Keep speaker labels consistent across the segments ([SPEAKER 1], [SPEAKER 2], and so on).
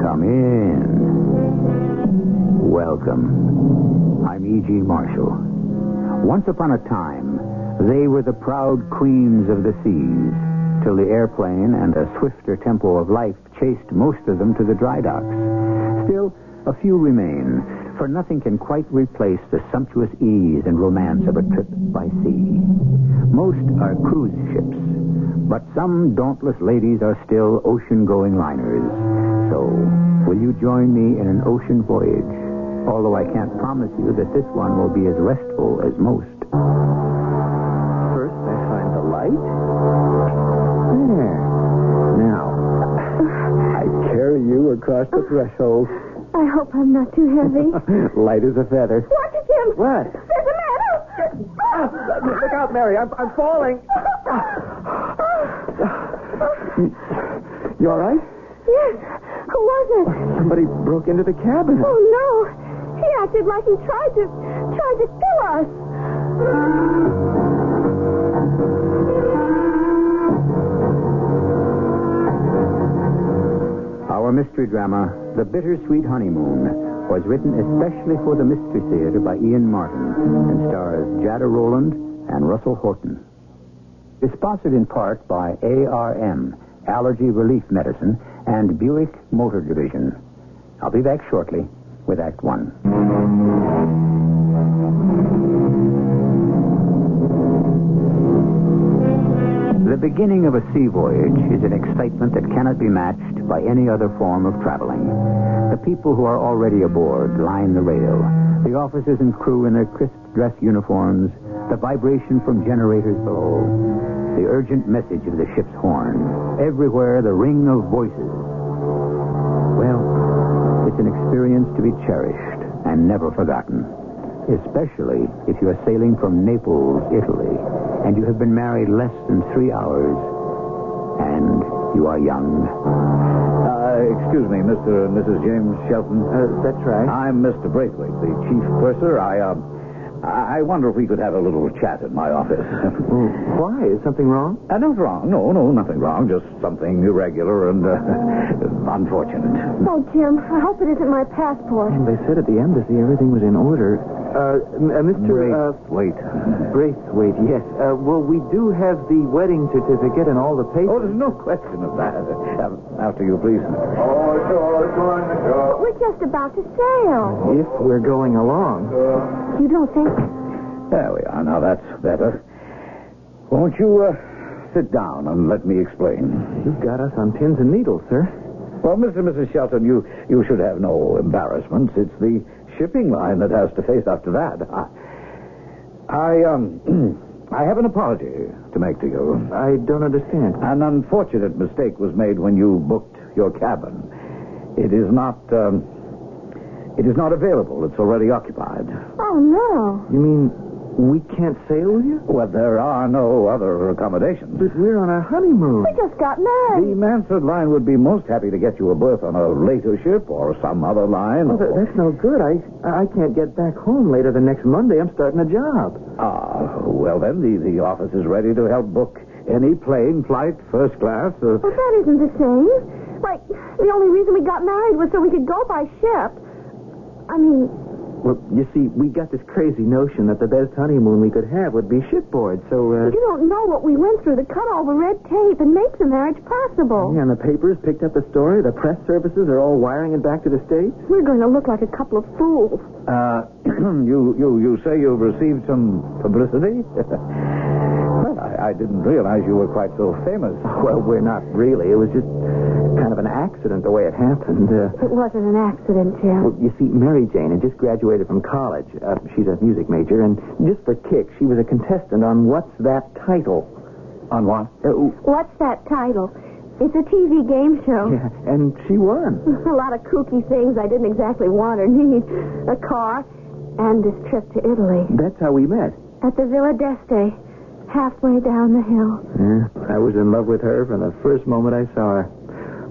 [SPEAKER 1] Come in. Welcome. I'm E.G. Marshall. Once upon a time, they were the proud queens of the seas, till the airplane and a swifter tempo of life chased most of them to the dry docks. Still, a few remain, for nothing can quite replace the sumptuous ease and romance of a trip by sea. Most are cruise ships, but some dauntless ladies are still ocean going liners. So, will you join me in an ocean voyage? Although I can't promise you that this one will be as restful as most. First, I find the light. There. Now, I carry you across the threshold,
[SPEAKER 2] I hope I'm not too heavy.
[SPEAKER 1] light as a feather.
[SPEAKER 2] Watch it, Jim.
[SPEAKER 1] What?
[SPEAKER 2] There's a man. Oh,
[SPEAKER 1] Look out, Mary. I'm, I'm falling. You all right?
[SPEAKER 2] Yes. Who was it?
[SPEAKER 1] Somebody broke into the cabin.
[SPEAKER 2] Oh no. He acted like he tried to tried to kill us.
[SPEAKER 1] Our mystery drama, The Bittersweet Honeymoon, was written especially for the Mystery Theater by Ian Martin and stars Jada Rowland and Russell Horton. Is sponsored in part by ARM, Allergy Relief Medicine, and Buick Motor Division. I'll be back shortly with Act One. The beginning of a sea voyage is an excitement that cannot be matched by any other form of traveling. The people who are already aboard line the rail, the officers and crew in their crisp dress uniforms, the vibration from generators below, the urgent message of the ship's horn, everywhere the ring of voices. Well, it's an experience to be cherished and never forgotten, especially if you are sailing from Naples, Italy, and you have been married less than three hours, and you are young.
[SPEAKER 3] Uh, excuse me, Mr. and Mrs. James Shelton. Uh, that's right. I'm Mr. Braithwaite, the chief purser. I, um, I I wonder if we could have a little chat in my office.
[SPEAKER 1] Oh, Why? Is something wrong?
[SPEAKER 3] uh, no wrong. No, no, nothing wrong. Just something irregular and uh, unfortunate.
[SPEAKER 2] Oh, Jim. I hope it isn't my passport.
[SPEAKER 4] And they said at the embassy everything was in order. Uh, m- uh, Mr. Uh,
[SPEAKER 3] Wait.
[SPEAKER 4] Braithwaite, yes. Uh, well, we do have the wedding certificate and all the
[SPEAKER 3] Oh,
[SPEAKER 4] papers.
[SPEAKER 3] there's no question of that. Um,
[SPEAKER 4] Uh,
[SPEAKER 3] after you, please.
[SPEAKER 2] We're just about to sail.
[SPEAKER 4] If we're going along.
[SPEAKER 2] You don't think?
[SPEAKER 3] There we are. Now that's better. Won't you uh, sit down and let me explain?
[SPEAKER 4] You've got us on pins and needles, sir.
[SPEAKER 3] Well, Mr. and Mrs. Shelton, you, you should have no embarrassments. It's the shipping line that has to face after that. I, I, um, I have an apology to make to you.
[SPEAKER 4] I don't understand.
[SPEAKER 3] An unfortunate mistake was made when you booked your cabin. It is not, um, it is not available. It's already occupied.
[SPEAKER 2] Oh no.
[SPEAKER 4] You mean we can't sail with you?
[SPEAKER 3] Well, there are no other accommodations.
[SPEAKER 4] But we're on our honeymoon.
[SPEAKER 2] We just got
[SPEAKER 3] The
[SPEAKER 2] married.
[SPEAKER 3] Mansard line would be most happy to get you a berth on a later ship or some other line.
[SPEAKER 4] Well, that, that's no good. I I can't get back home later the next Monday. I'm starting a job.
[SPEAKER 3] Ah, well then, the, the office is ready to help book any plane, flight, first class. Uh,
[SPEAKER 2] Well, that isn't the same. Like the only reason we got married was so we could go by ship. I mean,
[SPEAKER 1] Well, you see, we got this crazy notion that the best honeymoon we could have would be shipboard, so, uh...
[SPEAKER 2] you don't know what we went through to cut all the red tape and make the marriage possible.
[SPEAKER 1] Yeah, and the papers picked up the story. The press services are all wiring it back to the States.
[SPEAKER 2] We're going to look like a couple of fools.
[SPEAKER 5] Uh, you, you, you say you've received some publicity? well, I, I didn't realize you were quite so famous.
[SPEAKER 1] Well, we're not really. It was just kind of an accident the way it happened. Uh,
[SPEAKER 2] It wasn't an accident, Jim.
[SPEAKER 1] well, you see, Mary Jane had just graduated from college. Uh, she's a music major, and just for kicks, she was a contestant on What's That Title?
[SPEAKER 5] On what?
[SPEAKER 1] Uh,
[SPEAKER 2] What's that title? It's a TV game show.
[SPEAKER 1] yeah, and she won.
[SPEAKER 2] A lot of kooky things I didn't exactly want or need. A car and this trip to Italy.
[SPEAKER 1] That's how we met.
[SPEAKER 2] At the Villa d'Este, halfway down the hill.
[SPEAKER 1] Yeah, Hmm? I was in love with her from the first moment I saw her.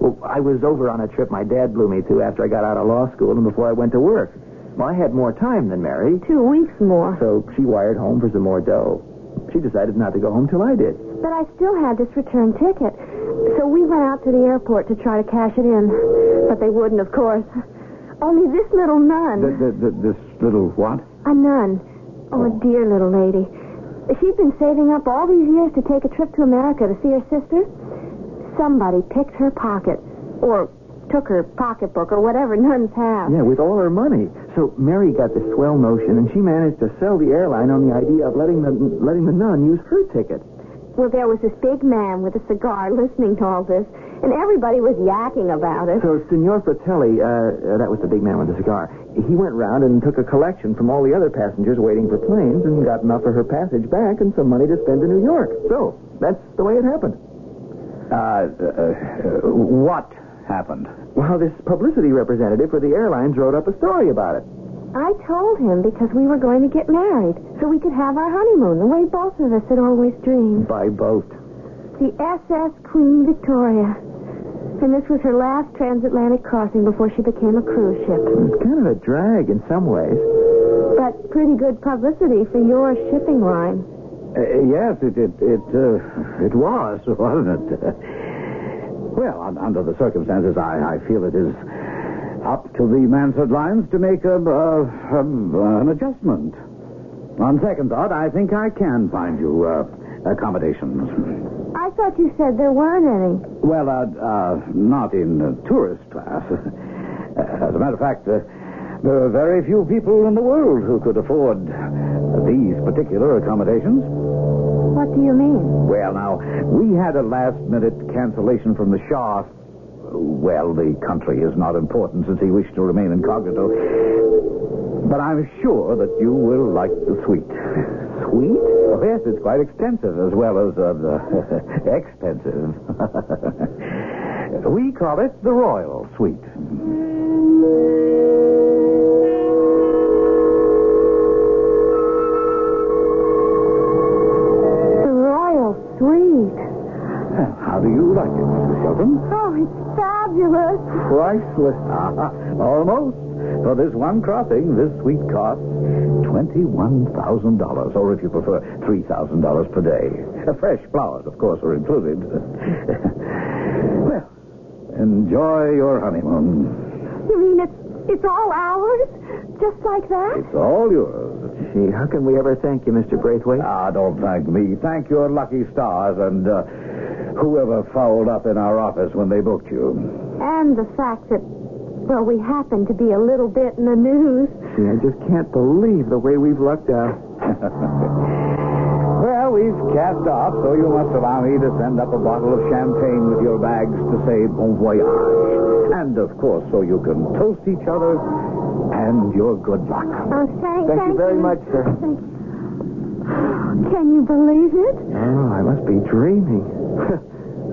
[SPEAKER 1] Well, I was over on a trip my dad blew me to after I got out of law school and before I went to work. Well, I had more time than Mary,
[SPEAKER 2] Two weeks more.
[SPEAKER 1] so she wired home for some more dough. She decided not to go home till I did.
[SPEAKER 2] But I still had this return ticket. So we went out to the airport to try to cash it in. But they wouldn't, of course. Only this little nun.
[SPEAKER 5] Th- th- th- this little what?
[SPEAKER 2] A nun. Oh, a dear little lady. She'd been saving up all these years to take a trip to America to see her sister. Somebody picked her pocket, or took her pocketbook, or whatever nuns have.
[SPEAKER 1] Yeah, with all her money. So Mary got the swell notion, and she managed to sell the airline on the idea of letting the letting the nun use her ticket.
[SPEAKER 2] Well, there was this big man with a cigar listening to all this, and everybody was yakking about it.
[SPEAKER 1] So Signor Fratelli, uh, uh, that was the big man with the cigar. He went round and took a collection from all the other passengers waiting for planes, and got enough for her passage back and some money to spend in New York. So that's the way it happened.
[SPEAKER 5] Uh, uh, uh, what happened?
[SPEAKER 1] Well, this publicity representative for the airlines wrote up a story about it.
[SPEAKER 2] I told him because we were going to get married, so we could have our honeymoon, the way both of us had always dreamed.
[SPEAKER 1] By boat.
[SPEAKER 2] The SS Queen Victoria. And this was her last transatlantic crossing before she became a cruise ship.
[SPEAKER 1] It's kind of a drag in some ways.
[SPEAKER 2] But pretty good publicity for your shipping line.
[SPEAKER 5] Uh, yes, it it it, uh, it was, wasn't it? well, un- under the circumstances, I, I feel it is up to the Mansard lines to make a, uh um, an adjustment. On second thought, I think I can find you uh, accommodations.
[SPEAKER 2] I thought you said there weren't any.
[SPEAKER 5] Well, uh, uh, not in uh, tourist class. As a matter of fact, uh, there are very few people in the world who could afford these particular accommodations.
[SPEAKER 2] What do you mean?
[SPEAKER 5] Well, now, we had a last minute cancellation from the Shah. Well, the country is not important since he wished to remain incognito. But I'm sure that you will like the suite. Suite? Oh, yes, it's quite extensive as well as uh, the- expensive. we call it the Royal Suite.
[SPEAKER 2] The Royal Suite.
[SPEAKER 5] How do you like it, Mrs. Shelton?
[SPEAKER 2] Oh, it's fabulous.
[SPEAKER 5] priceless. Ah, almost. For this one crossing, this suite costs $21,000, or if you prefer, $3,000 per day. Uh, Fresh flowers, of course, are included. well, enjoy your honeymoon.
[SPEAKER 2] You mean it's it's all ours? Just like that?
[SPEAKER 5] It's all yours.
[SPEAKER 1] Gee, how can we ever thank you, Mr. Braithwaite?
[SPEAKER 5] Ah, don't thank me. Thank your lucky stars and uh, whoever fouled up in our office when they booked you.
[SPEAKER 2] And the fact that, well, we happen to be a little bit in the news.
[SPEAKER 1] Gee, I just can't believe the way we've lucked out.
[SPEAKER 5] Well, we've cast off, so you must allow me to send up a bottle of champagne with your bags to say bon voyage. And, of course, so you can toast each other and your good luck.
[SPEAKER 2] Oh, thank,
[SPEAKER 1] Thank you very much, sir.
[SPEAKER 2] Thank you. Can you believe it?
[SPEAKER 1] Oh, I must be dreaming.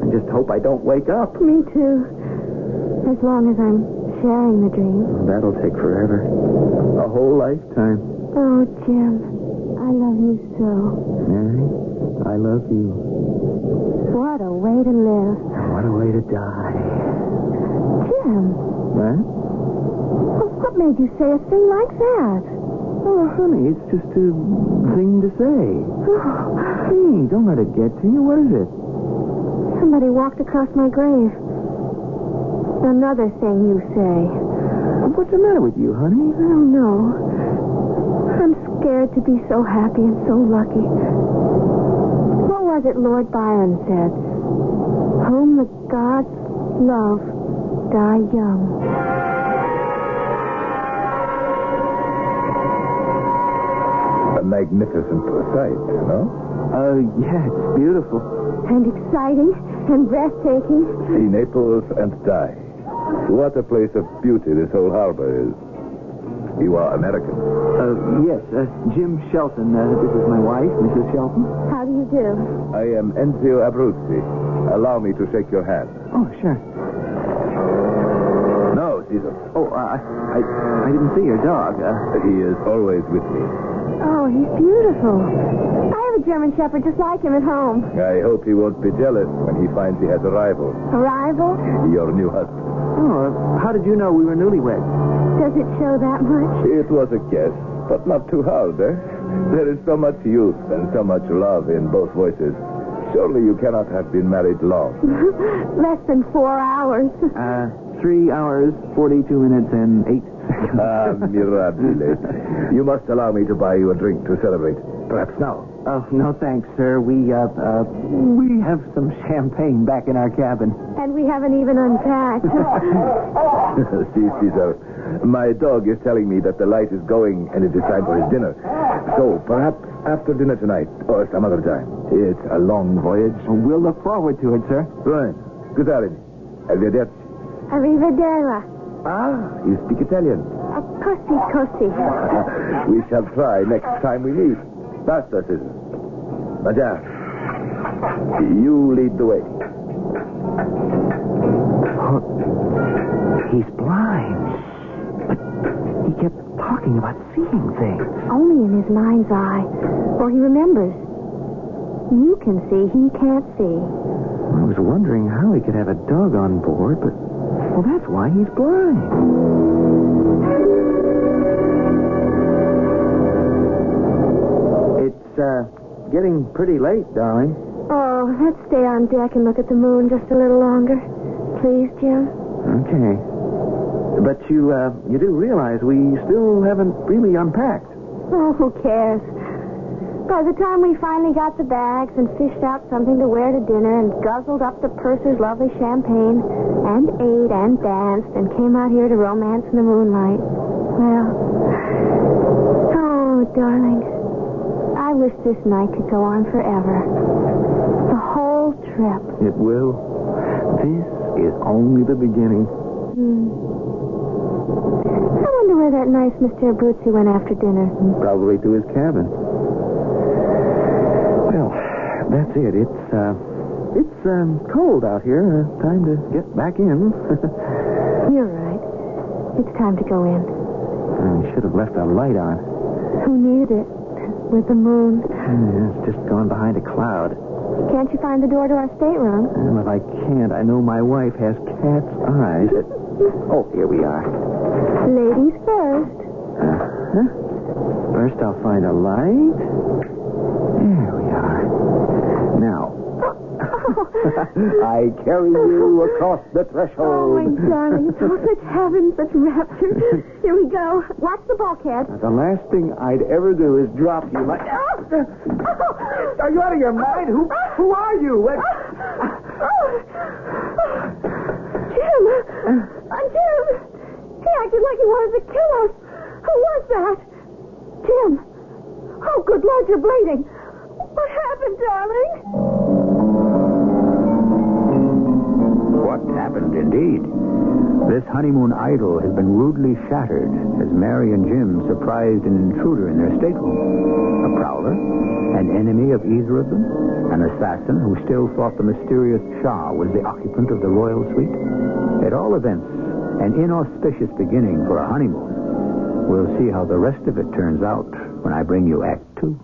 [SPEAKER 1] I just hope I don't wake up.
[SPEAKER 2] Me too. As long as I'm sharing the dream.
[SPEAKER 1] That'll take forever. A whole lifetime.
[SPEAKER 2] Oh, Jim, I love you so.
[SPEAKER 1] Mary, I love you.
[SPEAKER 2] What a way to live.
[SPEAKER 1] And What a way to die.
[SPEAKER 2] Jim,
[SPEAKER 1] What?
[SPEAKER 2] wh- what made you say a thing like that?
[SPEAKER 1] Oh, honey, it's just a thing to say. Hey, don't let it get to you. What is it?
[SPEAKER 2] Somebody walked across my grave. Another thing you say.
[SPEAKER 1] What's the matter with you, honey?
[SPEAKER 2] Oh, no. I'm scared to be so happy and so lucky. What was it Lord Byron said? Whom the gods love, die young.
[SPEAKER 5] A magnificent sight, you know?
[SPEAKER 1] Oh, yeah, it's beautiful.
[SPEAKER 2] And exciting and breathtaking.
[SPEAKER 5] See Naples and die. What a place of beauty this whole harbor is. You are American.
[SPEAKER 1] Uh, yes, uh, Jim Shelton. Uh, this is my wife, Mrs. Shelton.
[SPEAKER 2] How do you do?
[SPEAKER 5] I am Enzio Abruzzi. Allow me to shake your hand.
[SPEAKER 1] Oh, sure.
[SPEAKER 5] No, Caesar.
[SPEAKER 1] Oh, uh, I, I didn't see your dog. Uh,
[SPEAKER 5] He is always with me.
[SPEAKER 2] Oh, he's beautiful. I have a German Shepherd just like him at home.
[SPEAKER 5] I hope he won't be jealous when he finds he has a rival,
[SPEAKER 2] A rival?
[SPEAKER 5] your new husband.
[SPEAKER 1] oh, uh, how did you know we were newlyweds?
[SPEAKER 2] Does it show that much?
[SPEAKER 5] It was a guess, but not too hard, eh? There is so much youth and so much love in both voices. Surely you cannot have been married long.
[SPEAKER 2] Less than four hours.
[SPEAKER 1] Uh, three hours, 42 minutes, and eight seconds.
[SPEAKER 5] ah, mirabile. You must allow me to buy you a drink to celebrate. Perhaps now.
[SPEAKER 1] Oh, no thanks, sir. We, uh, uh, we have some champagne back in our cabin.
[SPEAKER 2] And we haven't even unpacked.
[SPEAKER 5] See, Caesar, my dog is telling me that the light is going and it is time for his dinner. So perhaps after dinner tonight or some other time. It's a long voyage.
[SPEAKER 1] We'll look forward to it, sir.
[SPEAKER 5] Right. Good evening. Arrivederci.
[SPEAKER 2] Arrivederla.
[SPEAKER 5] Ah, you speak Italian.
[SPEAKER 2] A così così.
[SPEAKER 5] we shall try next time we meet. Basta, Susan. Madame, you lead the way.
[SPEAKER 1] He's blind. But he kept talking about seeing things.
[SPEAKER 2] Only in his mind's eye. Or he remembers. You can see, he can't see.
[SPEAKER 1] I was wondering how he could have a dog on board, but, well, that's why he's blind. It's, uh, getting pretty late, darling.
[SPEAKER 2] Oh, let's stay on deck and look at the moon just a little longer. Please, Jim?
[SPEAKER 1] Okay. But you, uh, you do realize we still haven't really unpacked.
[SPEAKER 2] Oh, who cares? By the time we finally got the bags and fished out something to wear to dinner and guzzled up the purser's lovely champagne and ate and danced and came out here to romance in the moonlight, well, oh, darling, I wish this night could go on forever. The whole trip.
[SPEAKER 1] It will. This is only the beginning.
[SPEAKER 2] I wonder where that nice Mr. Abruzzi went after dinner.
[SPEAKER 1] Probably to his cabin. Well, that's it. It's uh, it's um, cold out here. Uh, time to get back in.
[SPEAKER 2] You're right. It's time to go in.
[SPEAKER 1] I should have left a light on.
[SPEAKER 2] Who needed it? With the moon.
[SPEAKER 1] Yeah, It's just gone behind a cloud.
[SPEAKER 2] Can't you find the door to our stateroom?
[SPEAKER 1] Well, if I can't, I know my wife has cat's eyes. oh, here we are.
[SPEAKER 2] Ladies first.
[SPEAKER 1] Huh? First, I'll find a light. There we are. Now,
[SPEAKER 5] I carry you across the
[SPEAKER 2] Oh, my
[SPEAKER 5] threshold.
[SPEAKER 2] darling. Oh, such heaven, such rapture. Here we go. Watch the bulkhead.
[SPEAKER 1] the last thing I'd ever do is drop you like. Are you out of your mind? Who who are you? What-
[SPEAKER 2] Jim! I'm Jim! He acted like he wanted to kill us. Who was that? Jim! Oh, good Lord, you're bleeding. What happened, darling?
[SPEAKER 5] What happened indeed? This honeymoon idol has been rudely shattered as Mary and Jim surprised an intruder in their stateroom. A prowler? An enemy of either of them? An assassin who still thought the mysterious Shah was the occupant of the royal suite? At all events, an inauspicious beginning for a honeymoon. We'll see how the rest of it turns out when I bring you Act Two.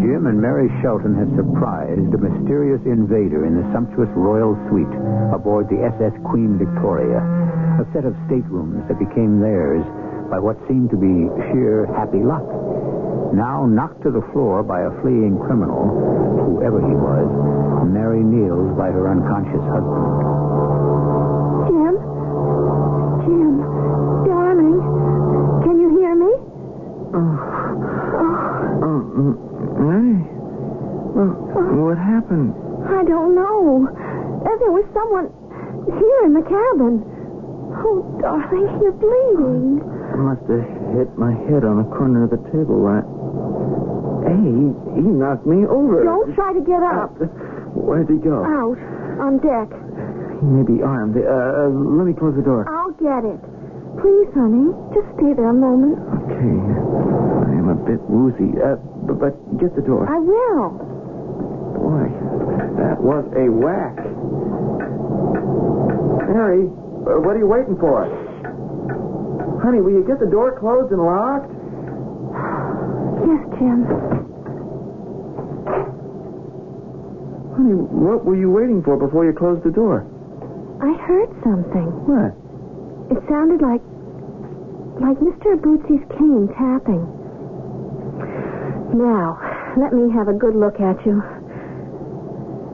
[SPEAKER 5] Jim and Mary Shelton had surprised a mysterious invader in the sumptuous royal suite aboard the SS Queen Victoria, a set of staterooms that became theirs by what seemed to be sheer happy luck. Now knocked to the floor by a fleeing criminal, whoever he was, Mary kneels by her unconscious husband.
[SPEAKER 2] Jim? Jim, darling, can you hear me? Oh,
[SPEAKER 1] Oh, m- Mary. Well, what happened?
[SPEAKER 2] I don't know. Uh, There was someone here in the cabin. Oh, darling, you're bleeding.
[SPEAKER 1] I must have hit my head on the corner of the table. I... Hey, he, he knocked me over.
[SPEAKER 2] Don't try to get
[SPEAKER 1] Uh,
[SPEAKER 2] up.
[SPEAKER 1] Where'd he go?
[SPEAKER 2] Out on deck.
[SPEAKER 1] He may be armed. Uh, uh, let me close the door.
[SPEAKER 2] I'll get it. Please, honey, just stay there a moment.
[SPEAKER 1] Okay. I am a bit woozy. Uh, but, but get the door.
[SPEAKER 2] I will.
[SPEAKER 1] Boy, that was a whack. Mary, uh, what are you waiting for? Honey, will you get the door closed and locked?
[SPEAKER 2] Yes, Jim.
[SPEAKER 1] Honey, what were you waiting for before you closed the door?
[SPEAKER 2] I heard something.
[SPEAKER 1] What?
[SPEAKER 2] It sounded like like Mr. Bootsy's cane tapping. Now, let me have a good look at you.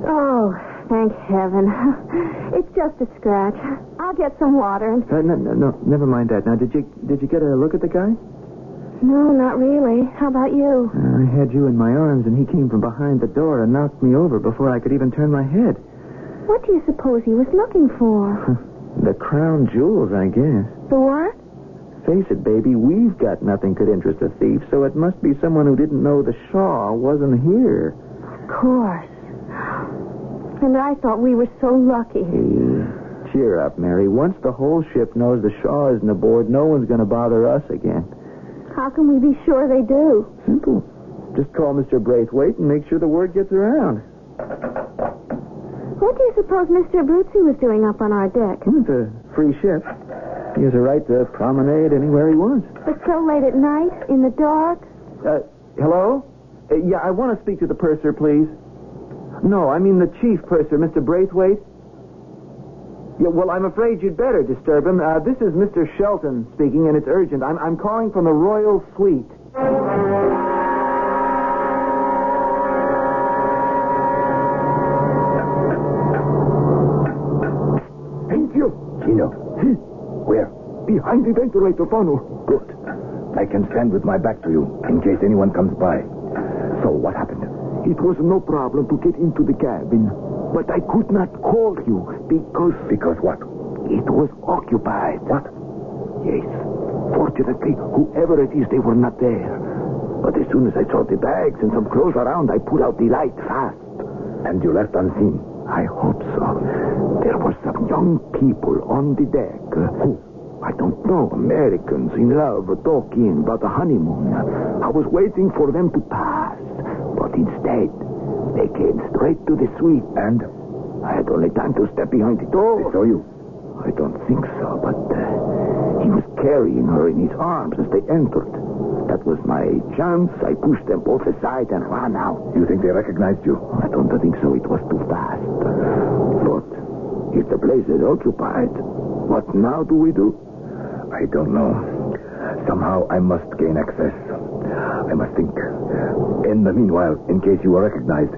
[SPEAKER 2] Oh, thank heaven. It's just a scratch. I'll get some water and
[SPEAKER 1] Uh, no, no, no, never mind that. Now, did you did you get a look at the guy?
[SPEAKER 2] No, not really. How about you?
[SPEAKER 1] I had you in my arms, and he came from behind the door and knocked me over before I could even turn my head.
[SPEAKER 2] What do you suppose he was looking for?
[SPEAKER 1] The crown jewels, I guess.
[SPEAKER 2] The what?
[SPEAKER 1] Face it, baby, we've got nothing could interest a thief, so it must be someone who didn't know the Shaw wasn't here.
[SPEAKER 2] Of course. And I thought we were so lucky.
[SPEAKER 1] Hey, cheer up, Mary. Once the whole ship knows the Shaw isn't aboard, no one's going to bother us again.
[SPEAKER 2] How can we be sure they do?
[SPEAKER 1] Simple. Just call Mr. Braithwaite and make sure the word gets around.
[SPEAKER 2] What do you suppose Mr. Bootsy was doing up on our deck?
[SPEAKER 1] It's a free ship. He has a right to promenade anywhere he wants.
[SPEAKER 2] But so late at night, in the dark?
[SPEAKER 1] Uh, hello? Uh, yeah, I want to speak to the purser, please. No, I mean the chief purser, Mr. Braithwaite. Yeah, well, I'm afraid you'd better disturb him. Uh, this is Mr. Shelton speaking, and it's urgent. I'm, I'm calling from the Royal Suite.
[SPEAKER 5] Thank you, Gino. Where? Behind the ventilator funnel. Good. I can stand with my back to you in case anyone comes by. So what happened? It was no problem to get into the cabin, but I could not call you because because what? It was occupied. What? Yes. Fortunately, whoever it is, they were not there. But as soon as I saw the bags and some clothes around, I put out the light fast. And you left unseen? I hope so. There were some young people on the deck. Who? I don't know. Americans in love talking about a honeymoon. I was waiting for them to pass. But instead, they came straight to the suite. And? I had only time to step behind the door. They saw you? I don't think so, but uh, he was carrying her in his arms as they entered. That was my chance. I pushed them both aside and ran out. You think they recognized you? I don't think so. It was too fast. But if the place is occupied, what now do we do? I don't know. Somehow I must gain access. I must think. In the meanwhile, in case you are recognized,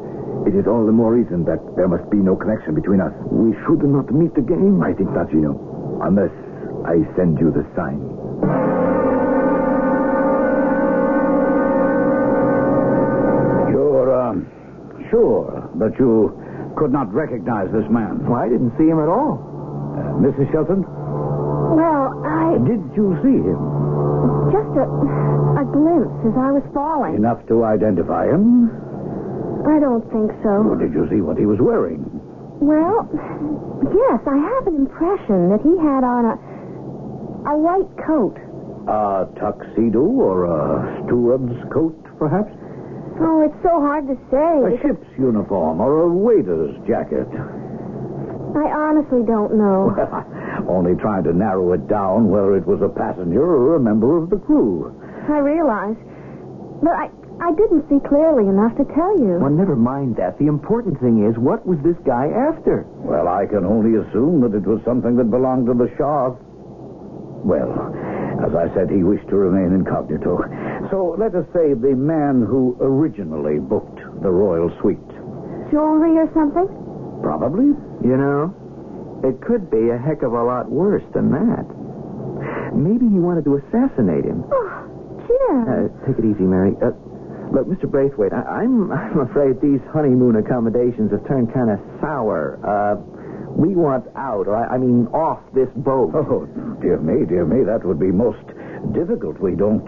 [SPEAKER 5] it is all the more reason that there must be no connection between us. We should not meet again. I think not, you know. Unless I send you the sign. You're um, sure that you could not recognize this man? Uh,
[SPEAKER 1] Well, I didn't see him at all.
[SPEAKER 5] Mrs. Shelton,
[SPEAKER 2] Well, I
[SPEAKER 5] did you see him?
[SPEAKER 2] just a, a glimpse as I was falling.
[SPEAKER 5] Enough to identify him?
[SPEAKER 2] I don't think so.
[SPEAKER 5] Did you see what he was wearing?
[SPEAKER 2] Well, yes, I have an impression that he had on a a white coat.
[SPEAKER 5] A tuxedo or a steward's coat, perhaps?
[SPEAKER 2] Oh, it's so hard to say.
[SPEAKER 5] A ship's uniform or a waiter's jacket.
[SPEAKER 2] I honestly don't know.
[SPEAKER 5] Only trying to narrow it down whether it was a passenger or a member of the crew.
[SPEAKER 2] I realize, but I I didn't see clearly enough to tell you.
[SPEAKER 1] Well, never mind that. The important thing is, what was this guy after?
[SPEAKER 5] Well, I can only assume that it was something that belonged to the Shah. Well, as I said, he wished to remain incognito, so So let us say the man who originally booked the royal suite.
[SPEAKER 2] Jewelry or something?
[SPEAKER 5] Probably.
[SPEAKER 1] You know, it could be a heck of a lot worse than that. Maybe he wanted to assassinate him.
[SPEAKER 2] Oh, Jim.
[SPEAKER 1] Uh, take it easy, Mary. Uh, look, Mr. Braithwaite, I- I'm I'm afraid these honeymoon accommodations have turned kind of sour. Uh, we want out, or I, I mean, off this boat.
[SPEAKER 5] Oh, dear me, dear me, that would be most difficult. We don't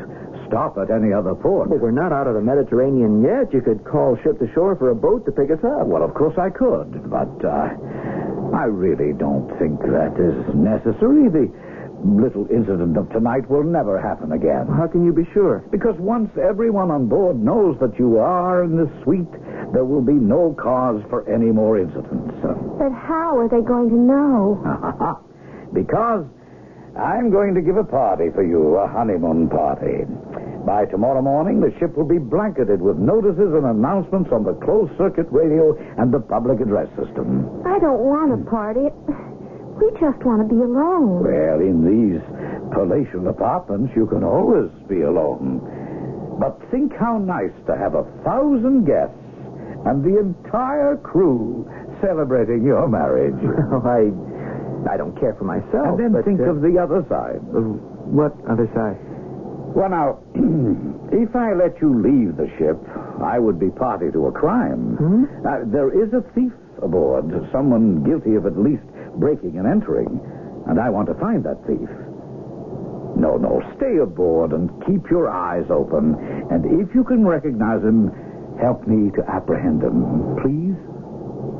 [SPEAKER 5] stop at any other port.
[SPEAKER 1] Well, we're not out of the Mediterranean yet. You could call ship to shore for a boat to pick us up.
[SPEAKER 5] Well, of course I could, but uh, I really don't think that is necessary. The little incident of tonight will never happen again.
[SPEAKER 1] How can you be sure?
[SPEAKER 5] Because once everyone on board knows that you are in the suite, there will be no cause for any more incidents.
[SPEAKER 2] But how are they going to know?
[SPEAKER 5] because I'm going to give a party for you, a honeymoon party. By tomorrow morning, the ship will be blanketed with notices and announcements on the closed circuit radio and the public address system.
[SPEAKER 2] I don't want a party. We just want to be alone.
[SPEAKER 5] Well, in these palatial apartments, you can always be alone. But think how nice to have a thousand guests and the entire crew celebrating your marriage.
[SPEAKER 1] Oh, I, I don't care for myself.
[SPEAKER 5] and then
[SPEAKER 1] but,
[SPEAKER 5] think
[SPEAKER 1] uh,
[SPEAKER 5] of the other side.
[SPEAKER 1] uh, what other side?
[SPEAKER 5] Well, now, if I let you leave the ship, I would be party to a crime.
[SPEAKER 1] Hmm?
[SPEAKER 5] Uh, there is a thief aboard, someone guilty of at least breaking and entering, and I want to find that thief. No, no, stay aboard and keep your eyes open, and if you can recognize him, help me to apprehend him, please.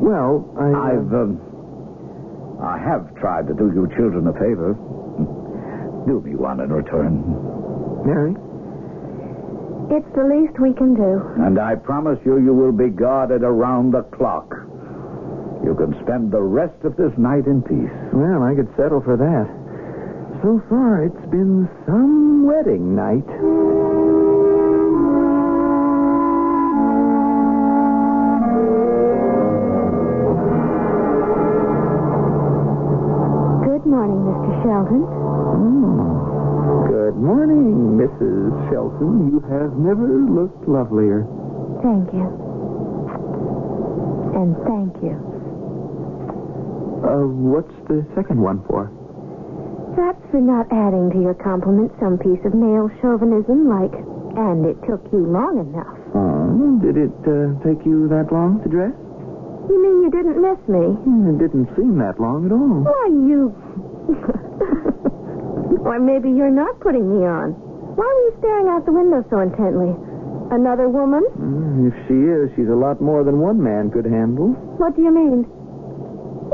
[SPEAKER 1] Well, I. uh,
[SPEAKER 5] I've, um, I have tried to do you children a favor. Do me one in return.
[SPEAKER 1] Mary.
[SPEAKER 2] It's the least we can do.
[SPEAKER 5] And I promise you, you will be guarded around the clock. You can spend the rest of this night in peace.
[SPEAKER 1] Well, I could settle for that. So far, it's been some wedding night.
[SPEAKER 2] Good morning, Mr. Sheldon.
[SPEAKER 1] Oh. Good morning, Mrs. Shelton. You have never looked lovelier.
[SPEAKER 2] Thank you. And thank you.
[SPEAKER 1] Uh, what's the second one for?
[SPEAKER 2] That's for not adding to your compliment some piece of male chauvinism like, and it took you long enough.
[SPEAKER 5] Hmm.
[SPEAKER 1] Um, did it uh, take you that long to dress?
[SPEAKER 2] You mean you didn't miss me?
[SPEAKER 1] Hmm, It didn't seem that long at all.
[SPEAKER 2] Why, you. or maybe you're not putting me on. Why were you staring out the window so intently? Another woman?
[SPEAKER 1] Hmm, If she is, she's a lot more than one man could handle.
[SPEAKER 2] What do you mean?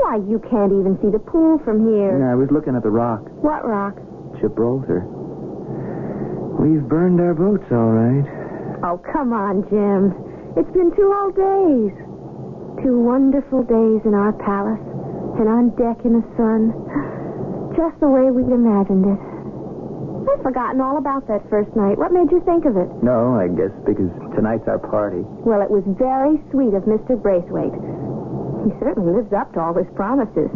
[SPEAKER 2] Why, you can't even see the pool from here.
[SPEAKER 1] Yeah, I was looking at the rock,
[SPEAKER 2] What rock?
[SPEAKER 1] Gibraltar. We've burned our boats, all right.
[SPEAKER 2] Oh, come on, Jim. It's been two whole days. Two wonderful days in our palace and on deck in the sun. Just the way we'd imagined it. I've forgotten all about that first night. What made you think of it?
[SPEAKER 1] No, I guess because tonight's our party.
[SPEAKER 2] Well, it was very sweet of Mr. Braithwaite. He certainly lives up to all his promises.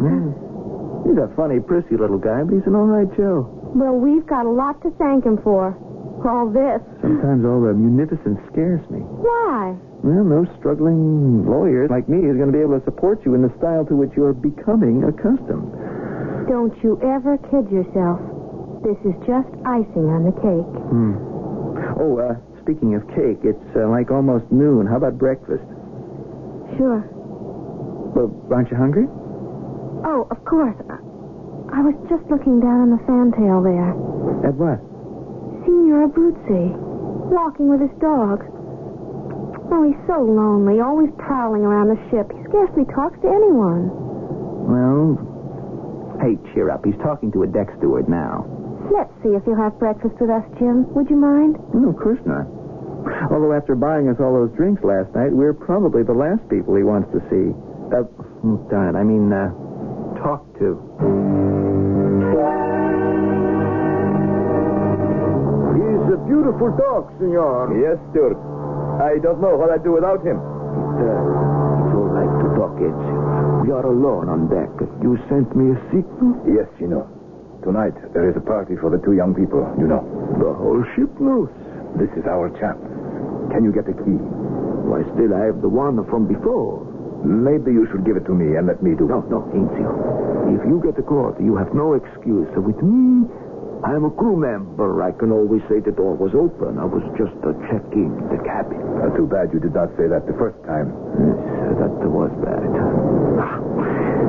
[SPEAKER 1] He's a funny, prissy little guy, but he's an all right Joe.
[SPEAKER 2] Well, we've got a lot to thank him for. All this.
[SPEAKER 1] Sometimes all the munificence scares me.
[SPEAKER 2] Why?
[SPEAKER 1] Well, no struggling lawyer like me is going to be able to support you in the style to which you're becoming accustomed.
[SPEAKER 2] Don't you ever kid yourself. This is just icing on the cake.
[SPEAKER 1] Oh, uh, speaking of cake, it's uh, like almost noon. How about breakfast?
[SPEAKER 2] Sure.
[SPEAKER 1] Well, aren't you hungry?
[SPEAKER 2] Oh, of course. I- I was just looking down on the fantail there.
[SPEAKER 1] At what?
[SPEAKER 2] Signor Abruzzi, walking with his dog. Oh, he's so lonely, always prowling around the ship. He scarcely talks to anyone.
[SPEAKER 1] Well, hey, cheer up. He's talking to a deck steward now.
[SPEAKER 2] Let's see if you'll have breakfast with us, Jim. Would you mind?
[SPEAKER 1] No, of course not. Although after buying us all those drinks last night, we're probably the last people he wants to see. Uh, oh, darn it. I mean, uh, talk to.
[SPEAKER 5] He's a beautiful dog, senor.
[SPEAKER 1] Yes, Dirk. I don't know what I'd do without him. uh, it's all right to talk, Edge. We are alone on deck. You sent me a signal?
[SPEAKER 5] Yes, you know. Tonight, there is a party for the two young people, you know.
[SPEAKER 1] The whole ship knows. This is our chance. Can you get the key?
[SPEAKER 5] Why, still, I have the one from before.
[SPEAKER 1] Maybe you should give it to me and let me do
[SPEAKER 5] No, no, Enzio. If you get caught, you have no excuse. With me, I'm a crew member. I can always say the door was open. I was just uh, checking the cabin.
[SPEAKER 1] Uh, too bad you did not say that the first time.
[SPEAKER 5] Yes, uh, that was bad. Ah,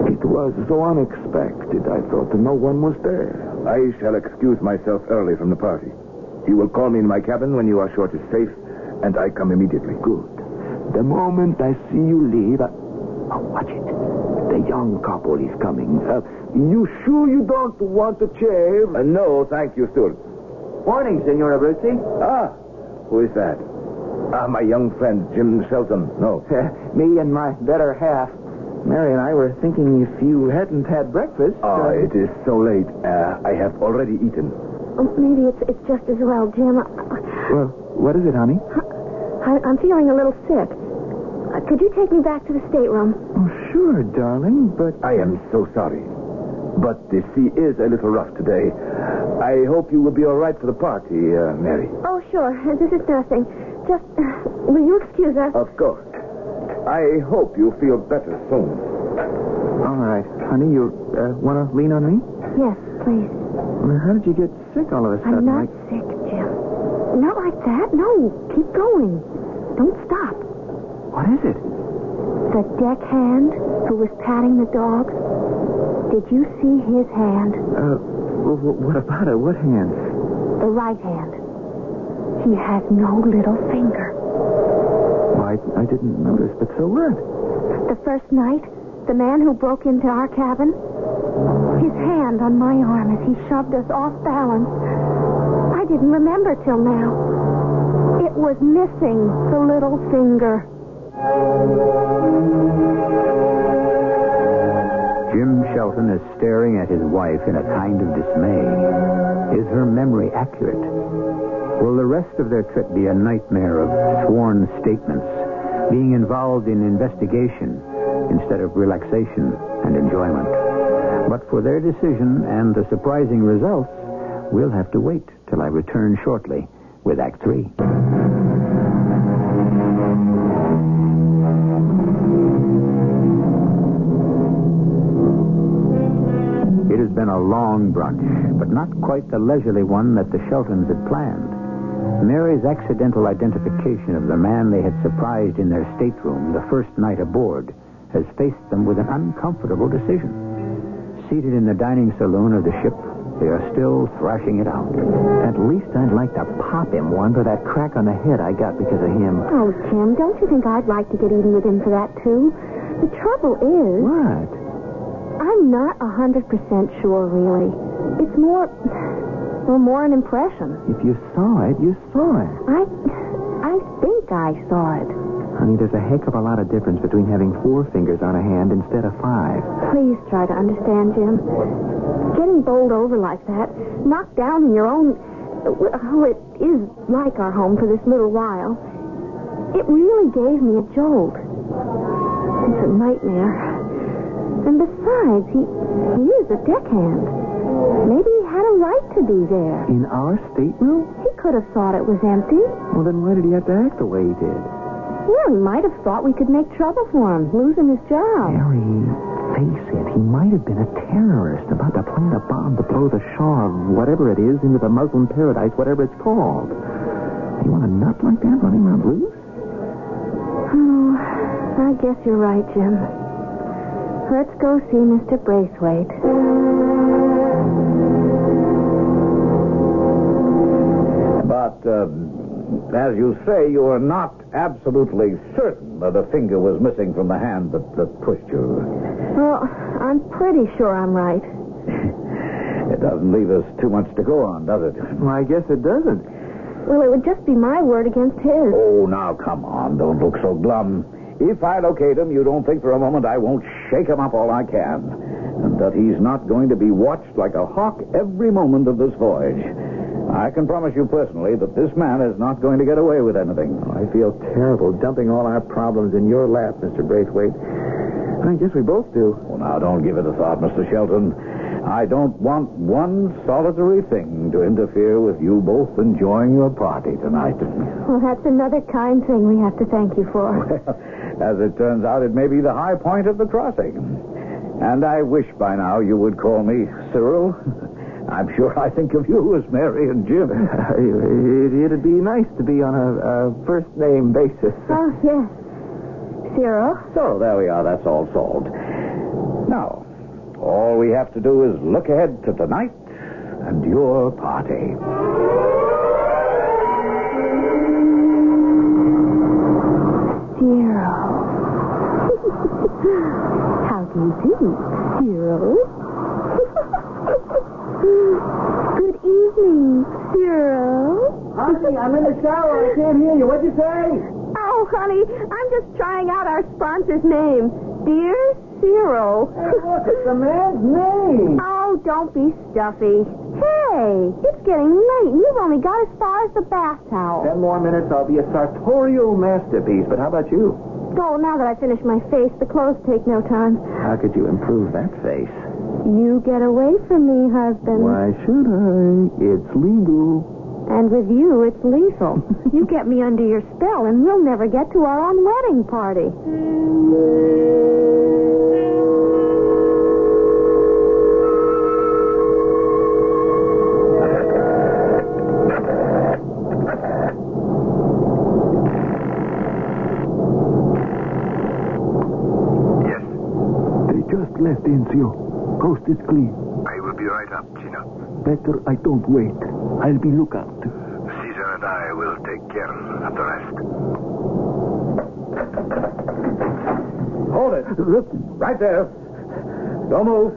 [SPEAKER 5] It was so unexpected. I thought no one was there.
[SPEAKER 1] I shall excuse myself early from the party. You will call me in my cabin when you are sure it is safe, and I come immediately.
[SPEAKER 5] Good. The moment I see you leave, I... Oh, watch it. The young couple is coming. Uh, you sure you don't want to chair?
[SPEAKER 1] Uh, no, thank you, Stuart.
[SPEAKER 5] Morning, Senora Bruzzi.
[SPEAKER 1] Ah, who is that? Ah, my young friend, Jim Shelton. No.
[SPEAKER 5] me and my better half. Mary and I were thinking if you hadn't had breakfast.
[SPEAKER 1] Ah,
[SPEAKER 5] uh,
[SPEAKER 1] it is so late. Uh, I have already eaten.
[SPEAKER 2] Oh, maybe it's it's just as well, Jim. I,
[SPEAKER 5] Well, what is it, honey?
[SPEAKER 2] I, I'm feeling a little sick. Uh, could you take me back to the stateroom?
[SPEAKER 5] Oh, sure, darling, but.
[SPEAKER 1] I am so sorry. But the sea is a little rough today. I hope you will be all right for the party, uh, Mary.
[SPEAKER 2] Oh, sure. This is nothing. Just, uh, will you excuse us?
[SPEAKER 1] Of course. I hope you feel better soon.
[SPEAKER 5] All right, honey, you uh, want to lean on me?
[SPEAKER 2] Yes, please.
[SPEAKER 5] Well, How did you get sick all of a
[SPEAKER 2] I'm
[SPEAKER 5] sudden?
[SPEAKER 2] not
[SPEAKER 5] Like-
[SPEAKER 2] sick, Jim. Not like that. No, keep going. Don't stop.
[SPEAKER 5] What is it?
[SPEAKER 2] The deckhand who was patting the dogs. Did you see his hand?
[SPEAKER 5] Uh, wh- wh- what about it? What hand?
[SPEAKER 2] The right hand. He has no little finger.
[SPEAKER 5] Why, I didn't notice, but so what?
[SPEAKER 2] The first night, the man who broke into our cabin, his hand on my arm as he shoved us off balance. I didn't remember till now. It was missing the little finger.
[SPEAKER 6] Jim Shelton is staring at his wife in a kind of dismay. Is her memory accurate? Will the rest of their trip be a nightmare of sworn statements, being involved in investigation instead of relaxation and enjoyment? But for their decision and the surprising results, we'll have to wait till I return shortly with Act Three. It has been a long brunch, but not quite the leisurely one that the Sheltons had planned. Mary's accidental identification of the man they had surprised in their stateroom the first night aboard has faced them with an uncomfortable decision. Seated in the dining saloon of the ship, they are still thrashing it out. At least I'd like to pop him one for that crack on the head I got because of him.
[SPEAKER 2] Oh, Jim, don't you think I'd like to get even with him for that, too? The trouble is,
[SPEAKER 6] What?
[SPEAKER 2] I'm not a 100% sure, really. It's more, well, more an impression.
[SPEAKER 6] If you saw it, you saw it.
[SPEAKER 2] I, I think I saw it.
[SPEAKER 6] Honey, there's a heck of a lot of difference between having four fingers on a hand instead of five.
[SPEAKER 2] Please try to understand, Jim. Getting bowled over like that, knocked down in your own. Oh, it is like our home for this little while. It really gave me a jolt. It's a nightmare. And besides, he, he is a deckhand. Maybe he had a right to be there.
[SPEAKER 5] In our stateroom?
[SPEAKER 2] He could have thought it was empty.
[SPEAKER 5] Well, then why did he have to act the way he did?
[SPEAKER 2] Well, he might have thought we could make trouble for him, losing his job.
[SPEAKER 5] Harry, face it, he might have been a terrorist about to plant a bomb to blow the Shah of whatever it is into the Muslim paradise, whatever it's called. You want a nut like that running around loose?
[SPEAKER 2] Oh, I guess you're right, Jim. Let's go see Mr. Braithwaite.
[SPEAKER 1] But um, as you say, you are not absolutely certain that a finger was missing from the hand that, that pushed you.
[SPEAKER 2] Well, I'm pretty sure I'm right.
[SPEAKER 1] It doesn't leave us too much to go on, does it?
[SPEAKER 5] Well, I guess it doesn't.
[SPEAKER 2] Well, it would just be my word against his.
[SPEAKER 1] Oh, now come on, don't look so glum. If I locate him, you don't think for a moment I won't shake him up all I can, and that he's not going to be watched like a hawk every moment of this voyage. I can promise you personally that this man is not going to get away with anything.
[SPEAKER 5] I feel terrible dumping all our problems in your lap, Mr. Braithwaite. I guess we both do.
[SPEAKER 1] Oh, Well, now, don't give it a thought, Mr. Shelton.
[SPEAKER 5] I don't want one solitary thing to interfere with you both enjoying your party tonight.
[SPEAKER 2] Well, that's another kind thing we have to thank you for.
[SPEAKER 5] As it turns out, it may be the high point of the crossing. And I wish by now you would call me Cyril. I'm sure I think of you as Mary and Jim.
[SPEAKER 1] It, would be nice to be on a, a first name basis.
[SPEAKER 2] oh, yes. Cyril?
[SPEAKER 5] So there we are. That's all solved. Now, all we have to do is look ahead to tonight and your party.
[SPEAKER 2] Cyril. How do you do, Cyril? Good evening, Cyril.
[SPEAKER 1] Honey, I'm in the shower. I can't hear you. What'd you say?
[SPEAKER 2] Oh, honey, I'm just trying out our sponsor's name. Dear Cyril.
[SPEAKER 1] look, it's the man's name.
[SPEAKER 2] Oh, don't be stuffy. Hey, it's getting late, and you've only got as far as the bath towel.
[SPEAKER 1] Ten more minutes, I'll be a sartorial masterpiece. But how about you?
[SPEAKER 2] Oh, now that I finish my face, the clothes take no time.
[SPEAKER 1] How could you improve that face?
[SPEAKER 2] You get away from me, husband.
[SPEAKER 1] Why should I? It's legal.
[SPEAKER 2] And with you, it's lethal. you get me under your spell, and we'll never get to our own wedding party.
[SPEAKER 7] Yes,
[SPEAKER 8] They just left Enzio. Coast is clear.
[SPEAKER 7] I will be right up, Gino.
[SPEAKER 8] Better I don't wait. I'll be lookout.
[SPEAKER 7] Caesar and I will take care of the rest.
[SPEAKER 5] Hold it.
[SPEAKER 8] Look,
[SPEAKER 5] Right there. Don't move.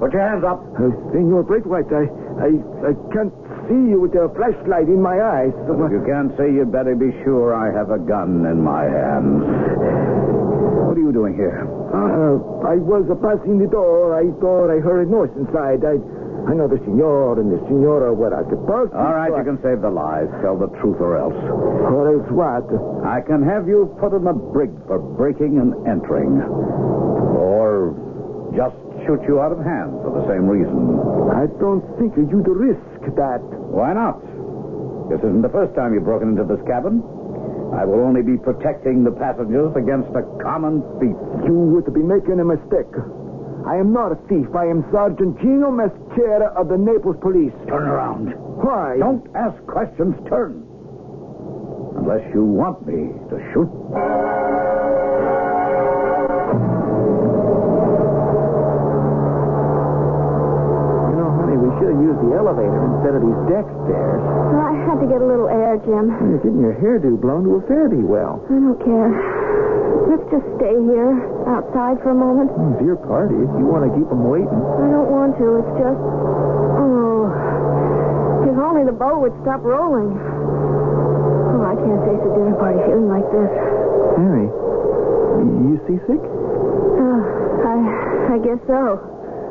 [SPEAKER 5] Put your hands up.
[SPEAKER 8] uh, Senor Braithwaite, I, I, I can't see you with a flashlight in my eyes. So, uh,
[SPEAKER 5] If you can't see, you'd better be sure I have a gun in my hands. What are you doing here?
[SPEAKER 8] uh, I was passing the door. I thought I heard a noise inside. I, I know the senor and the senora were at the party.
[SPEAKER 5] All right,
[SPEAKER 8] so
[SPEAKER 5] you can save the lies. Tell the truth or else.
[SPEAKER 8] I- Or else what?
[SPEAKER 5] I can have you put in the brig for breaking and entering. Or just shoot you out of hand for the same reason.
[SPEAKER 8] I don't think you'd risk that.
[SPEAKER 5] Why not? This isn't the first time you've broken into this cabin. I will only be protecting the passengers against a common thief.
[SPEAKER 8] You would be making a mistake. I am not a thief. I am Sergeant Gino Mascara of the Naples Police.
[SPEAKER 5] Turn around.
[SPEAKER 8] Why?
[SPEAKER 5] Don't ask questions. Turn. Unless you want me to shoot.
[SPEAKER 1] You know, honey, we should have used the elevator instead of these deck stairs.
[SPEAKER 2] Well, I had to get a little air, Jim.
[SPEAKER 1] You're getting your hairdo blown to a fairly well.
[SPEAKER 2] I don't care. Let's just stay here, outside for a moment.
[SPEAKER 1] Oh, dear party, if you want to keep them waiting.
[SPEAKER 2] I don't want to. It's just. Oh. If only the boat would stop rolling. Oh, I can't face a dinner party feeling like this.
[SPEAKER 1] Harry, you seasick?
[SPEAKER 2] Uh, I, I guess so.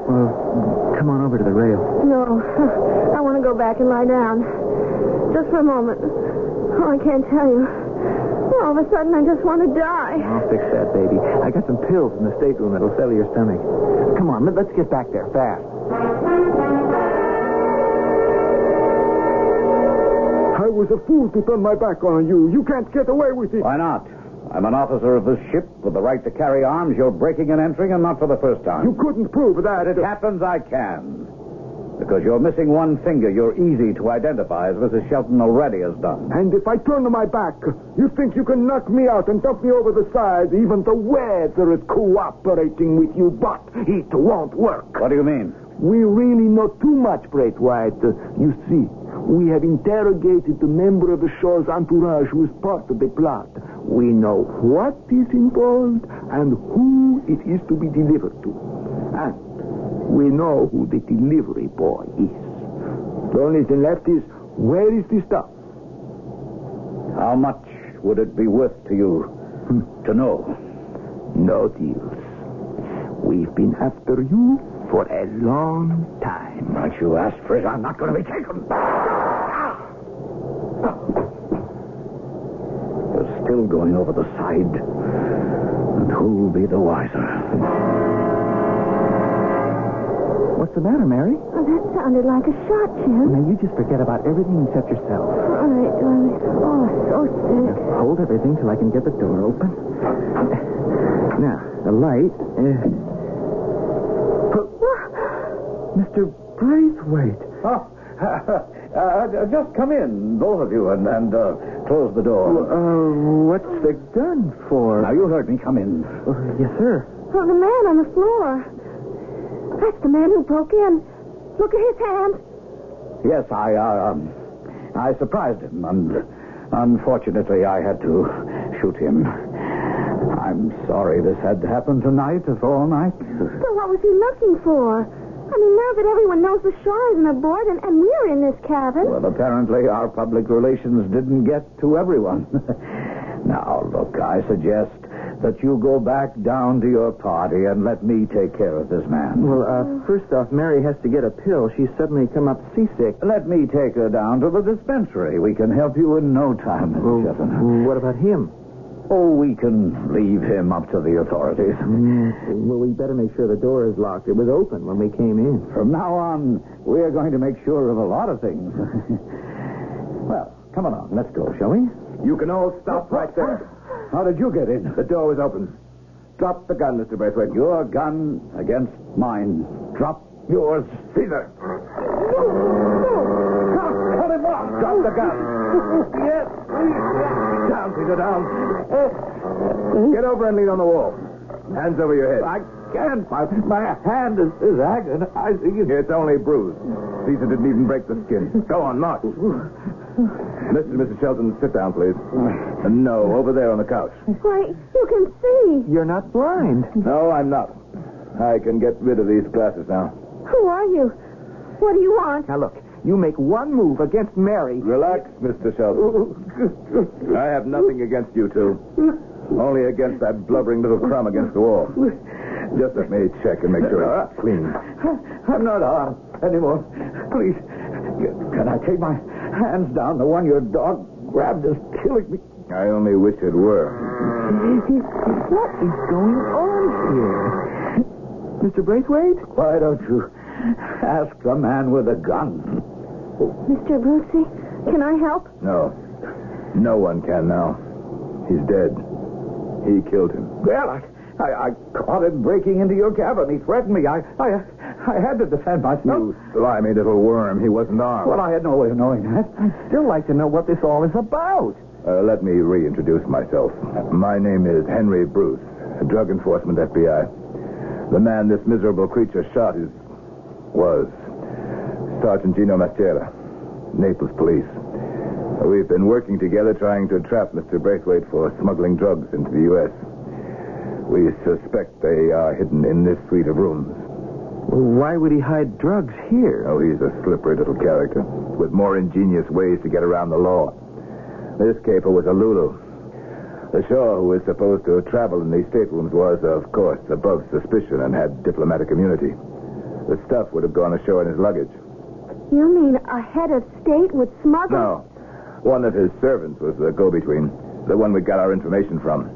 [SPEAKER 1] Well, come on over to the rail.
[SPEAKER 2] No, I want to go back and lie down. Just for a moment. Oh, I can't tell you. All of a sudden, I just want to die.
[SPEAKER 1] I'll fix that, baby. I got some pills in the stateroom that'll settle your stomach. Come on, let- let's get back there fast.
[SPEAKER 8] I was a fool to turn my back on you. You can't get away with it.
[SPEAKER 5] Why not? I'm an officer of this ship with the right to carry arms. You're breaking and entering, and not for the first time.
[SPEAKER 8] You couldn't prove that.
[SPEAKER 5] It happens, I can. Because you're missing one finger, you're easy to identify, as Mrs. Shelton already has done.
[SPEAKER 8] And if I turn to my back, you think you can knock me out and dump me over the side. Even the weather is cooperating with you, but it won't work.
[SPEAKER 5] What do you mean?
[SPEAKER 8] We really know too much, Braithwaite. You see, we have interrogated the member of the Shaw's entourage who is part of the plot. We know what is involved and who it is to be delivered to. And we know who the delivery boy is. The only thing left is, where is the stuff?
[SPEAKER 5] How much would it be worth to
[SPEAKER 9] Hmm.
[SPEAKER 5] you to know?
[SPEAKER 8] No deals. We've been after you for a long time.
[SPEAKER 5] Don't you ask for it. I'm not going to be taken. You're still going over the side. And who'll be the wiser?
[SPEAKER 9] What's the matter, Mary?
[SPEAKER 2] Oh, that sounded like a shot, Jim.
[SPEAKER 9] Now, you just forget about everything except yourself.
[SPEAKER 2] All right, darling. Oh, so sick.
[SPEAKER 9] Hold everything till I can get the door open. Now, the light. Uh... But- Mr. Braithwaite.
[SPEAKER 5] Oh, uh, just come in, both of you, and, and uh, close the door.
[SPEAKER 9] Uh, what's the gun for?
[SPEAKER 5] Now, you heard me. Come in.
[SPEAKER 9] Uh, yes, sir.
[SPEAKER 2] Oh, the man on the floor. That's the man who broke in. Look at his hand.
[SPEAKER 5] Yes, I, uh, um, I surprised him, and unfortunately, I had to shoot him. I'm sorry this had to happen tonight, of all night.
[SPEAKER 2] So what was he looking for? I mean, now that everyone knows the shore isn't aboard and, and we're in this cabin.
[SPEAKER 5] Well, apparently our public relations didn't get to everyone. now, look, I suggest that you go back down to your party and let me take care of this man.
[SPEAKER 9] Well, uh, first off, Mary has to get a pill. She's suddenly come up seasick.
[SPEAKER 5] let me take her down to the dispensary. We can help you in no time, Mr.
[SPEAKER 9] Well,
[SPEAKER 5] Chilton.
[SPEAKER 9] what about him?
[SPEAKER 5] Oh, we can leave him up to the authorities.
[SPEAKER 9] Mm, Well, we better make sure the door is locked. It was open when we came in.
[SPEAKER 5] From now on, we are going to make sure of a lot of things. well, come along. Let's go, shall we?
[SPEAKER 1] You can all stop right there.
[SPEAKER 5] How did you get in?
[SPEAKER 1] The door was open. Drop the gun, Mr. Braithwaite.
[SPEAKER 5] Your gun against mine. Drop yours.
[SPEAKER 1] Caesar.
[SPEAKER 5] Cut him off. Drop the gun. yes, please. Down, Peter, down.
[SPEAKER 1] Get over and lean on the wall. Hands over your head.
[SPEAKER 5] I can't. My, my hand is, is agonizing.
[SPEAKER 1] It's only a bruise. Caesar didn't even break the skin. Go on, march. Mr. and Mrs. Shelton, sit down, please. Uh, No, over there on the couch.
[SPEAKER 2] Why, you can see.
[SPEAKER 9] You're not blind.
[SPEAKER 1] No, I'm not. I can get rid of these glasses now.
[SPEAKER 2] Who are you? What do you want?
[SPEAKER 9] Now, look, you make one move against Mary.
[SPEAKER 1] Relax, Mr. Shelton. I have nothing against you two. Only against that blubbering little crumb against the wall. Just let me check and make sure it's clean.
[SPEAKER 5] I'm not armed anymore. Please. Can I take my hands down? The one your dog grabbed is killing me.
[SPEAKER 1] I only wish it were.
[SPEAKER 9] What is going on here? Mr. Braithwaite?
[SPEAKER 5] Why don't you ask the man with the gun?
[SPEAKER 2] Mr. Brucey, can I help?
[SPEAKER 1] No. No one can now. He's dead. He killed him.
[SPEAKER 5] Well, I, I, I caught him breaking into your cabin. He threatened me. I, I, I had to defend myself.
[SPEAKER 1] You slimy little worm. He wasn't armed.
[SPEAKER 5] Well, I had no way of knowing that.
[SPEAKER 9] I'd still like to know what this all is about.
[SPEAKER 1] Uh, let me reintroduce myself. My name is Henry Bruce, Drug Enforcement FBI. The man this miserable creature shot is. was. Sergeant Gino Mastera, Naples Police. We've been working together trying to trap Mr. Braithwaite for smuggling drugs into the U.S. We suspect they are hidden in this suite of rooms.
[SPEAKER 9] Why would he hide drugs here?
[SPEAKER 1] Oh, he's a slippery little character with more ingenious ways to get around the law. This caper was a Lulu. The Shaw, who was supposed to have traveled in these staterooms, was, of course, above suspicion and had diplomatic immunity. The stuff would have gone ashore in his luggage.
[SPEAKER 2] You mean a head of state would smuggle?
[SPEAKER 1] No. One of his servants was the go between, the one we got our information from.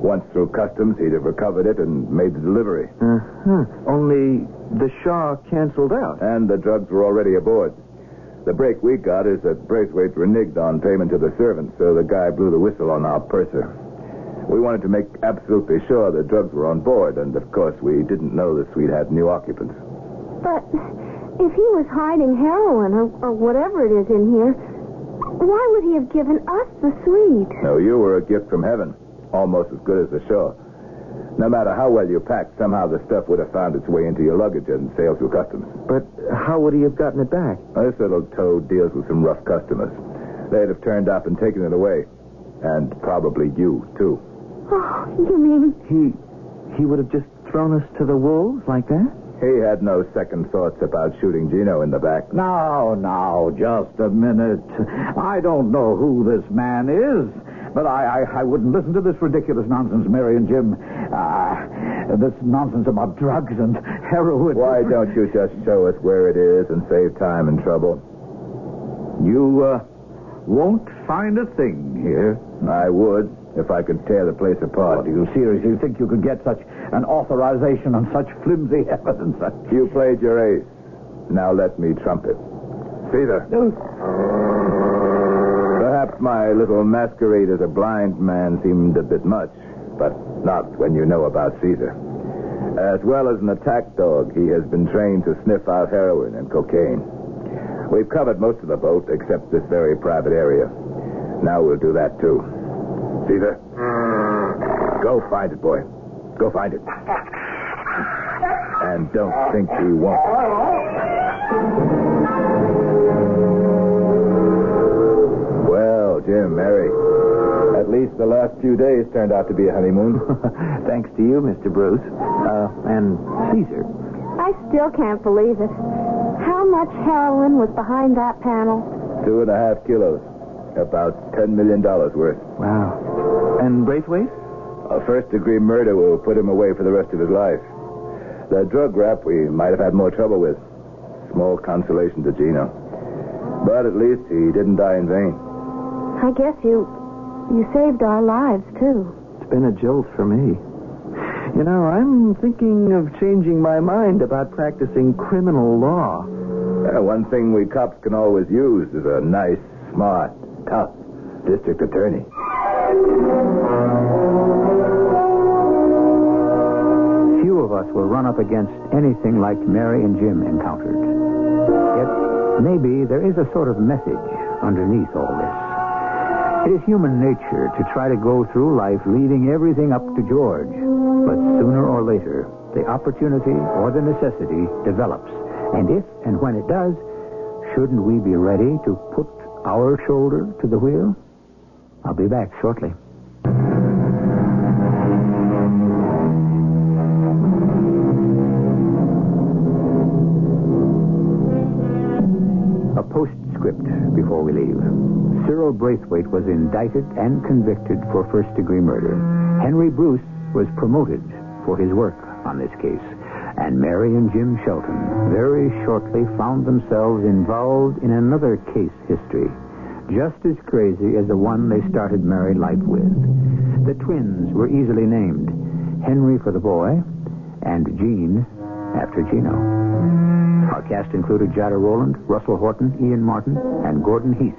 [SPEAKER 1] Once through customs, he'd have recovered it and made the delivery.
[SPEAKER 9] Uh-huh. Only the Shaw canceled out.
[SPEAKER 1] And the drugs were already aboard. The break we got is that Braithwaite reneged on payment to the servants, so the guy blew the whistle on our purser. We wanted to make absolutely sure the drugs were on board, and of course we didn't know the suite had new occupants.
[SPEAKER 2] But if he was hiding heroin or, or whatever it is in here, why would he have given us the suite?
[SPEAKER 1] No, you were a gift from heaven, almost as good as the show. No matter how well you packed, somehow the stuff would have found its way into your luggage and sailed through customs.
[SPEAKER 9] But how would he have gotten it back?
[SPEAKER 1] This little toad deals with some rough customers. They'd have turned up and taken it away. And probably you, too.
[SPEAKER 2] Oh, you mean
[SPEAKER 9] He he would have just thrown us to the wolves like that?
[SPEAKER 1] He had no second thoughts about shooting Gino in the back.
[SPEAKER 5] Now, now, just a minute. I don't know who this man is, but I, I, I wouldn't listen to this ridiculous nonsense, Mary and Jim. Uh, this nonsense about drugs and heroin.
[SPEAKER 1] Why don't you just show us where it is and save time and trouble?
[SPEAKER 5] You uh, won't find a thing here.
[SPEAKER 1] I would if I could tear the place
[SPEAKER 5] Oh,
[SPEAKER 1] apart.
[SPEAKER 5] do you seriously think you could get such
[SPEAKER 10] and authorization on such flimsy evidence.
[SPEAKER 1] You played your ace. Now let me trumpet. Caesar. Perhaps my little masquerade as a blind man seemed a bit much, but not when you know about Caesar. As well as an attack dog, he has been trained to sniff out heroin and cocaine. We've covered most of the boat except this very private area. Now we'll do that too. Caesar, go find it, boy. Go find it. And don't think he won't. Well, Jim, Mary, at least the last few days turned out to be a honeymoon.
[SPEAKER 11] Thanks to you, Mr. Bruce. Uh, and Caesar.
[SPEAKER 2] I still can't believe it. How much heroin was behind that panel?
[SPEAKER 1] Two and a half kilos. About $10 million worth.
[SPEAKER 11] Wow. And Braithwaite?
[SPEAKER 1] A first degree murder will put him away for the rest of his life. The drug rap we might have had more trouble with. Small consolation to Gino. But at least he didn't die in vain.
[SPEAKER 2] I guess you you saved our lives too.
[SPEAKER 11] It's been a jolt for me. You know, I'm thinking of changing my mind about practicing criminal law.
[SPEAKER 1] Uh, one thing we cops can always use is a nice, smart, tough district attorney.
[SPEAKER 5] Few of us will run up against anything like Mary and Jim encountered. Yet, maybe there is a sort of message underneath all this. It is human nature to try to go through life leaving everything up to George. But sooner or later, the opportunity or the necessity develops. And if and when it does, shouldn't we be ready to put our shoulder to the wheel? I'll be back shortly. A postscript before we leave. Cyril Braithwaite was indicted and convicted for first degree murder. Henry Bruce was promoted for his work on this case. And Mary and Jim Shelton very shortly found themselves involved in another case history, just as crazy as the one they started married life with. The twins were easily named Henry for the boy and Jean after Gino. Our cast included Jada Rowland, Russell Horton, Ian Martin, and Gordon Heath.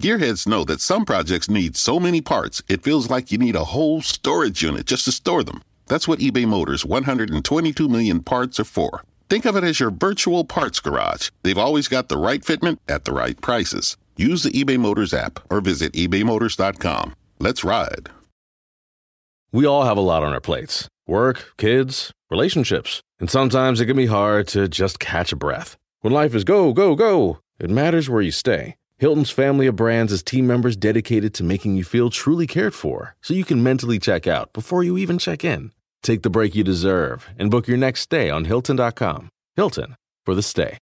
[SPEAKER 12] Gearheads know that some projects need so many parts, it feels like you need a whole storage unit just to store them. That's what eBay Motors' 122 million parts are for. Think of it as your virtual parts garage. They've always got the right fitment at the right prices. Use the eBay Motors app or visit ebaymotors.com. Let's ride.
[SPEAKER 13] We all have a lot on our plates work, kids, relationships. And sometimes it can be hard to just catch a breath. When life is go, go, go, it matters where you stay. Hilton's family of brands is team members dedicated to making you feel truly cared for so you can mentally check out before you even check in. Take the break you deserve and book your next stay on Hilton.com. Hilton for the stay.